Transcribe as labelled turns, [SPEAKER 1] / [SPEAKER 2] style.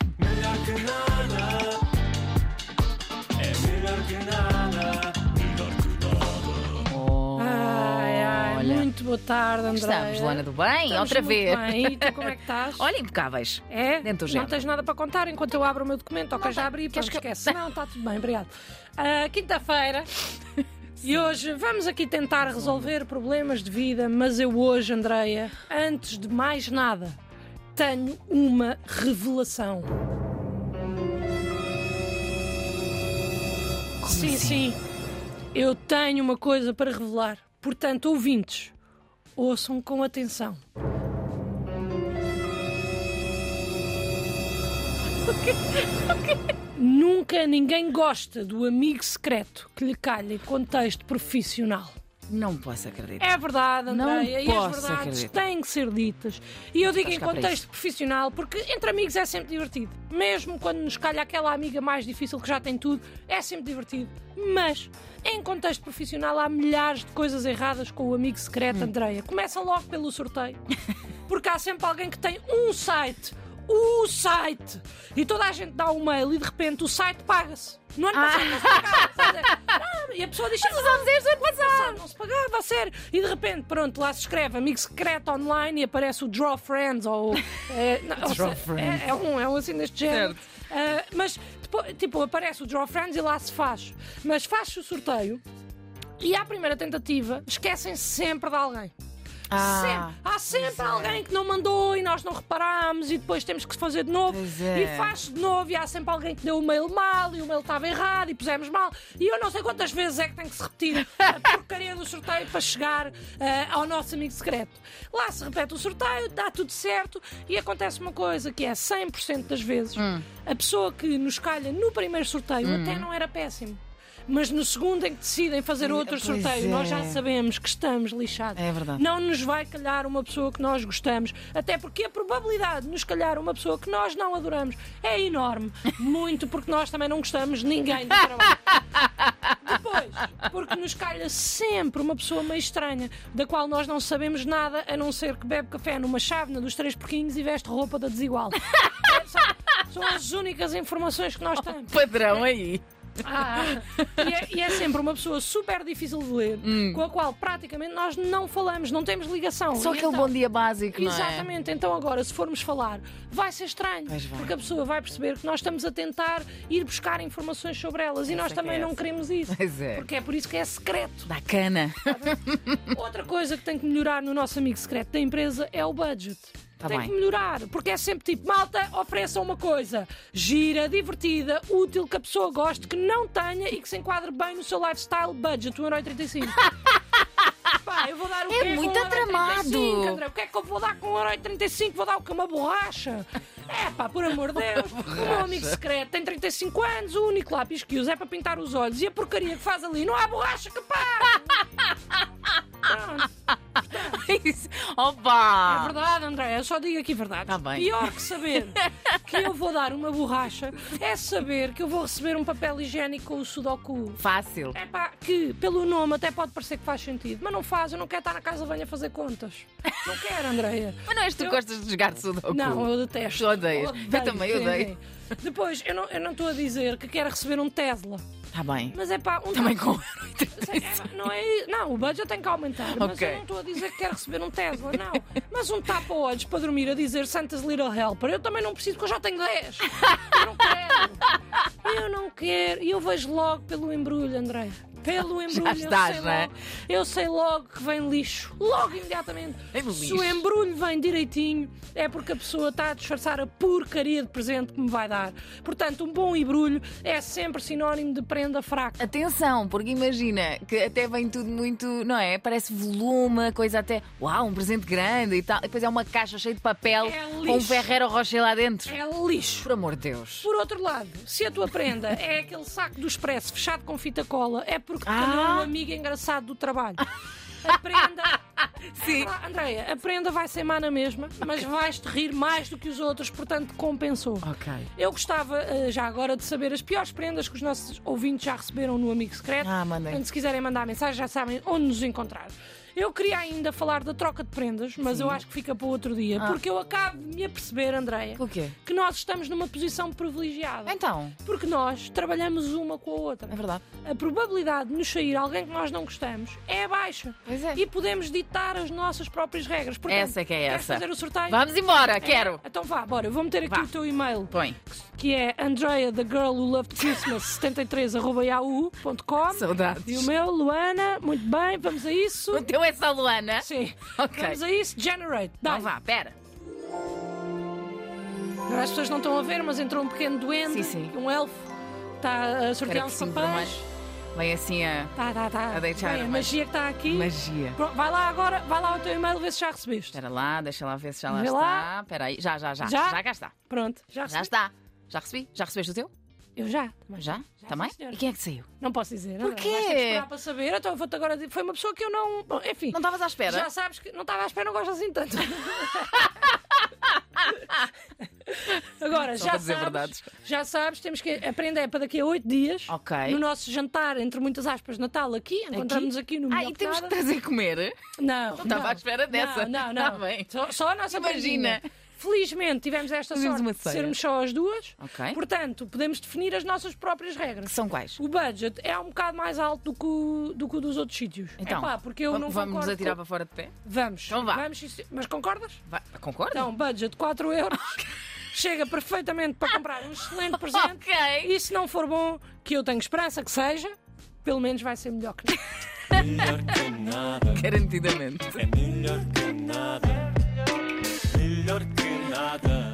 [SPEAKER 1] que nada. É melhor que nada. Melhor que nada.
[SPEAKER 2] Ai, ai,
[SPEAKER 3] Olha,
[SPEAKER 2] muito boa tarde, André.
[SPEAKER 3] estamos, Luana do Bem, outra vez.
[SPEAKER 2] Bem. E tu como é que estás?
[SPEAKER 3] Olha, impecáveis.
[SPEAKER 2] é?
[SPEAKER 3] dentro
[SPEAKER 2] não
[SPEAKER 3] do género.
[SPEAKER 2] tens nada para contar enquanto eu abro o meu documento, ok? Já abri,
[SPEAKER 3] Queres
[SPEAKER 2] pronto,
[SPEAKER 3] que eu- tá
[SPEAKER 2] esquece. Não, está tudo bem, obrigado. Ah, Quinta-feira. E hoje vamos aqui tentar resolver problemas de vida, mas eu hoje, Andreia, antes de mais nada, tenho uma revelação. sim,
[SPEAKER 3] assim?
[SPEAKER 2] sim. Eu tenho uma coisa para revelar. Portanto, ouvintes, ouçam com atenção. Nunca ninguém gosta do amigo secreto que lhe calha em contexto profissional.
[SPEAKER 3] Não posso acreditar.
[SPEAKER 2] É verdade,
[SPEAKER 3] Não
[SPEAKER 2] Andréia, e as
[SPEAKER 3] posso
[SPEAKER 2] verdades
[SPEAKER 3] acreditar.
[SPEAKER 2] têm que ser ditas. E eu digo em
[SPEAKER 3] Estás cá para
[SPEAKER 2] contexto
[SPEAKER 3] isso.
[SPEAKER 2] profissional, porque entre amigos é sempre divertido. Mesmo quando nos calha aquela amiga mais difícil que já tem tudo, é sempre divertido. Mas em contexto profissional há milhares de coisas erradas com o amigo
[SPEAKER 3] Hum.
[SPEAKER 2] secreto, Andreia. Começa logo pelo sorteio. Porque há sempre alguém que tem um site. O site! E toda a gente dá um mail e de repente o site paga-se. No ano passado não é se pagava. sabe? Ah, e a pessoa diz:
[SPEAKER 3] Usámos este ano passado.
[SPEAKER 2] não se pagava, a sério. E de repente, pronto, lá se escreve amigo secreto online e aparece o Draw Friends ou. É, não, ou
[SPEAKER 3] Draw
[SPEAKER 2] se-
[SPEAKER 3] Friends.
[SPEAKER 2] É, é um, é um assim deste género. Ah, mas, depois, tipo, aparece o Draw Friends e lá se faz. Mas faz-se o sorteio e à primeira tentativa esquecem-se sempre de alguém.
[SPEAKER 3] Ah,
[SPEAKER 2] É Sempre. Há sempre alguém que não mandou e nós não reparámos e depois temos que fazer de novo
[SPEAKER 3] Pois é.
[SPEAKER 2] e faz de novo e há sempre alguém que deu o mail mal e o mail estava errado e pusemos mal e eu não sei quantas vezes é que tem que se repetir a porcaria do sorteio para chegar eh, ao nosso amigo secreto. Lá se repete o sorteio, dá tudo certo e acontece uma coisa que é 100% das vezes
[SPEAKER 3] Hum.
[SPEAKER 2] a pessoa que nos calha no primeiro sorteio até não era péssimo. Mas no segundo em que decidem fazer outro
[SPEAKER 3] Hum, Pois
[SPEAKER 2] sorteio, nós já
[SPEAKER 3] é.
[SPEAKER 2] sabemos que estamos lixados.
[SPEAKER 3] É verdade.
[SPEAKER 2] Não nos vai calhar uma pessoa que nós gostamos, até porque a probabilidade de nos calhar uma pessoa que nós não adoramos é enorme. Muito porque nós também não gostamos de ninguém do trabalho. Depois, porque nos calha sempre uma pessoa meio estranha, da qual nós não sabemos nada, a não ser que bebe café numa chávena dos três porquinhos e veste roupa da desigual. Sabe? São as únicas informações que nós temos.
[SPEAKER 3] padrão
[SPEAKER 2] É.
[SPEAKER 3] aí.
[SPEAKER 2] Ah, e, é, e é sempre uma pessoa super difícil de ler,
[SPEAKER 3] Hum.
[SPEAKER 2] com a qual praticamente nós não falamos, não temos ligação.
[SPEAKER 3] Só
[SPEAKER 2] E
[SPEAKER 3] aquele
[SPEAKER 2] então-
[SPEAKER 3] bom dia básico, não é?
[SPEAKER 2] Exatamente, então agora, se formos falar, vai ser estranho,
[SPEAKER 3] Pois vai.
[SPEAKER 2] porque a pessoa vai perceber que nós estamos a tentar ir buscar informações sobre elas e nós
[SPEAKER 3] é que
[SPEAKER 2] também
[SPEAKER 3] é
[SPEAKER 2] não
[SPEAKER 3] essa.
[SPEAKER 2] queremos isso.
[SPEAKER 3] Pois é.
[SPEAKER 2] Porque é por isso que é secreto.
[SPEAKER 3] Da cana.
[SPEAKER 2] Outra coisa que tem que melhorar no nosso amigo secreto da empresa é o budget.
[SPEAKER 3] Tá
[SPEAKER 2] tem
[SPEAKER 3] bem.
[SPEAKER 2] que melhorar, porque é sempre tipo, malta, ofereçam uma coisa gira, divertida, útil, que a pessoa goste, que não tenha e que se enquadre bem no seu lifestyle budget, 1,35€. Pá, eu vou dar o
[SPEAKER 3] É
[SPEAKER 2] quê com
[SPEAKER 3] muito
[SPEAKER 2] 1,35€,
[SPEAKER 3] atramado.
[SPEAKER 2] André? O que é que eu vou dar com 1,35€? Vou dar o quê? Uma borracha? É pá, por amor de Deus. O meu amigo secreto tem 35 anos, o único lápis que usa é para pintar os olhos e a porcaria que faz ali, não há borracha que pague. Pronto.
[SPEAKER 3] É Isso. Opa!
[SPEAKER 2] É verdade, André, eu só digo aqui verdade.
[SPEAKER 3] Ah. Tá bem.
[SPEAKER 2] Pior que saber que eu vou dar uma borracha é saber que eu vou receber um papel higiênico com o Sudoku.
[SPEAKER 3] Fácil.
[SPEAKER 2] É pá, que pelo nome até pode parecer que faz sentido, mas não faz. Eu não quero estar na casa velha a fazer contas. Não quero, Andréia.
[SPEAKER 3] Mas não és tu que
[SPEAKER 2] Eu-
[SPEAKER 3] gostas de jogar sudoku?
[SPEAKER 2] Não, eu detesto.
[SPEAKER 3] Tu odeias. Eu também
[SPEAKER 2] sim,
[SPEAKER 3] odeio.
[SPEAKER 2] sim. Depois, eu não eu não estou a dizer que quero receber um Tesla,
[SPEAKER 3] Está Tá bem.
[SPEAKER 2] mas é pá, um
[SPEAKER 3] Também com
[SPEAKER 2] Sei, é, não, é, não, o budget tem que aumentar, mas
[SPEAKER 3] Ok.
[SPEAKER 2] eu não estou a dizer que quero receber um Tesla, não. Mas um tapa-olhos para dormir a dizer Santa's Little Helper, eu também não preciso, porque eu já tenho 10. Eu não quero. Eu não quero. E eu vejo logo pelo embrulho, André. Pelo embrulho,
[SPEAKER 3] estás,
[SPEAKER 2] eu, sei
[SPEAKER 3] não é?
[SPEAKER 2] logo, eu sei logo que vem lixo. Logo, imediatamente.
[SPEAKER 3] Vem
[SPEAKER 2] Se
[SPEAKER 3] lixo.
[SPEAKER 2] o embrulho vem direitinho, é porque a pessoa está a disfarçar a porcaria de presente que me vai dar. Portanto, um bom embrulho é sempre sinónimo de prenda fraca.
[SPEAKER 3] Atenção, porque imagina que até vem tudo muito, não é? Parece volume, coisa até, uau, um presente grande e tal. E depois é uma caixa cheia de papel
[SPEAKER 2] É lixo.
[SPEAKER 3] com um Ferreiro Rocher lá dentro.
[SPEAKER 2] É lixo.
[SPEAKER 3] Por amor de Deus.
[SPEAKER 2] Por outro lado, se a tua prenda é aquele saco do expresso fechado com fita cola, é porque te
[SPEAKER 3] Ah.
[SPEAKER 2] calhou um amigo engraçado do trabalho. A prenda. é
[SPEAKER 3] Sim.
[SPEAKER 2] Andréia, a prenda vai ser má na mesma, mas vais-te rir mais do que os outros, portanto compensou.
[SPEAKER 3] Ok.
[SPEAKER 2] Eu gostava eh, já agora de saber as piores prendas que os nossos ouvintes já receberam no Amigo Secreto.
[SPEAKER 3] Ah, mandem.
[SPEAKER 2] Portanto, se quiserem mandar mensagem, já sabem onde nos encontrar. Eu queria ainda falar da troca de prendas, mas eu acho que fica para outro dia,
[SPEAKER 3] Ah.
[SPEAKER 2] porque eu acabo de me aperceber, Andreia,
[SPEAKER 3] O quê?
[SPEAKER 2] que nós estamos numa posição privilegiada.
[SPEAKER 3] Então,
[SPEAKER 2] Porque nós trabalhamos uma com a outra.
[SPEAKER 3] é verdade.
[SPEAKER 2] A probabilidade de nos sair alguém que nós não gostamos é baixa.
[SPEAKER 3] Pois é.
[SPEAKER 2] E podemos ditar as nossas próprias regras. Portanto,
[SPEAKER 3] Essa é que é
[SPEAKER 2] queres
[SPEAKER 3] essa.
[SPEAKER 2] fazer o sorteio?
[SPEAKER 3] Vamos embora, quero.
[SPEAKER 2] Então vá, bora. Eu vou meter aqui
[SPEAKER 3] Vá.
[SPEAKER 2] o teu e-mail,
[SPEAKER 3] Põe.
[SPEAKER 2] que é Andrea the Girl Who Loved Christmas 73@yahoo.com. E o
[SPEAKER 3] Saudades.
[SPEAKER 2] meu, Luana, muito bem, vamos a isso.
[SPEAKER 3] O teu é só Luana?
[SPEAKER 2] Sim.
[SPEAKER 3] Ok.
[SPEAKER 2] Vamos a isso, generate. Dá.
[SPEAKER 3] Então vá, pera.
[SPEAKER 2] Agora as pessoas não estão a ver, mas entrou um pequeno duende,
[SPEAKER 3] Sim, sim.
[SPEAKER 2] um elfo, está a
[SPEAKER 3] Espera
[SPEAKER 2] sortear
[SPEAKER 3] que
[SPEAKER 2] uns
[SPEAKER 3] sim,
[SPEAKER 2] papéis.
[SPEAKER 3] vermelho. Vem assim a
[SPEAKER 2] Tá, tá, tá.
[SPEAKER 3] A deixar
[SPEAKER 2] Bem, a
[SPEAKER 3] umas-
[SPEAKER 2] magia que está aqui.
[SPEAKER 3] magia.
[SPEAKER 2] Pronto, vai lá agora, vai lá ao teu e-mail ver se já recebeste.
[SPEAKER 3] Espera lá, deixa lá ver se já lá
[SPEAKER 2] Vê
[SPEAKER 3] está.
[SPEAKER 2] lá.
[SPEAKER 3] Espera aí, já, já, já.
[SPEAKER 2] Já?
[SPEAKER 3] Já cá está.
[SPEAKER 2] Pronto, já
[SPEAKER 3] Já
[SPEAKER 2] recebeste.
[SPEAKER 3] está. Já recebi? Já recebeste o teu?
[SPEAKER 2] Eu já.
[SPEAKER 3] Mas já?
[SPEAKER 2] sim,
[SPEAKER 3] Também?
[SPEAKER 2] senhora.
[SPEAKER 3] E quem é que saiu?
[SPEAKER 2] Não posso dizer.
[SPEAKER 3] Porquê?
[SPEAKER 2] Não, vais ter que esperar para saber. Então eu vou-te agora dizer. Foi uma pessoa que eu não. Bom, Enfim.
[SPEAKER 3] Não estavas à espera?
[SPEAKER 2] Já sabes que não estava à espera, não gosto assim tanto. Agora,
[SPEAKER 3] Só
[SPEAKER 2] já
[SPEAKER 3] para dizer
[SPEAKER 2] sabes,
[SPEAKER 3] verdades.
[SPEAKER 2] já sabes, temos que aprender para daqui a oito dias,
[SPEAKER 3] Ok.
[SPEAKER 2] no nosso jantar, entre muitas aspas, Natal, aqui, encontramos-nos aqui no
[SPEAKER 3] Ah,
[SPEAKER 2] Melhor
[SPEAKER 3] e
[SPEAKER 2] Que
[SPEAKER 3] temos que
[SPEAKER 2] Nada.
[SPEAKER 3] trazer comer?
[SPEAKER 2] Não, não
[SPEAKER 3] estava à espera dessa.
[SPEAKER 2] Não, não,
[SPEAKER 3] Tá
[SPEAKER 2] não.
[SPEAKER 3] bem.
[SPEAKER 2] Só, só a nossa
[SPEAKER 3] Imagina.
[SPEAKER 2] Imagina. Felizmente tivemos esta
[SPEAKER 3] Fazemos uma
[SPEAKER 2] sorte de
[SPEAKER 3] ceia.
[SPEAKER 2] sermos só as duas.
[SPEAKER 3] Ok.
[SPEAKER 2] Portanto, podemos definir as nossas próprias regras.
[SPEAKER 3] São quais?
[SPEAKER 2] O budget é um bocado mais alto do que o, do que o dos outros sítios.
[SPEAKER 3] Então,
[SPEAKER 2] Epá, porque eu
[SPEAKER 3] va-
[SPEAKER 2] não
[SPEAKER 3] vamos nos
[SPEAKER 2] concordo
[SPEAKER 3] atirar
[SPEAKER 2] com-
[SPEAKER 3] para fora de pé?
[SPEAKER 2] Vamos.
[SPEAKER 3] Então vá.
[SPEAKER 2] Vamos, sim, senhor. mas concordas?
[SPEAKER 3] Vá, concordo?
[SPEAKER 2] Então, budget de 4 euros. Chega perfeitamente para comprar um excelente presente.
[SPEAKER 3] Ok.
[SPEAKER 2] E se não for bom, que eu tenho esperança que seja, pelo menos vai ser melhor que nada.
[SPEAKER 1] Melhor que nada,
[SPEAKER 3] Garantidamente.
[SPEAKER 1] é melhor que nada, melhor que nada.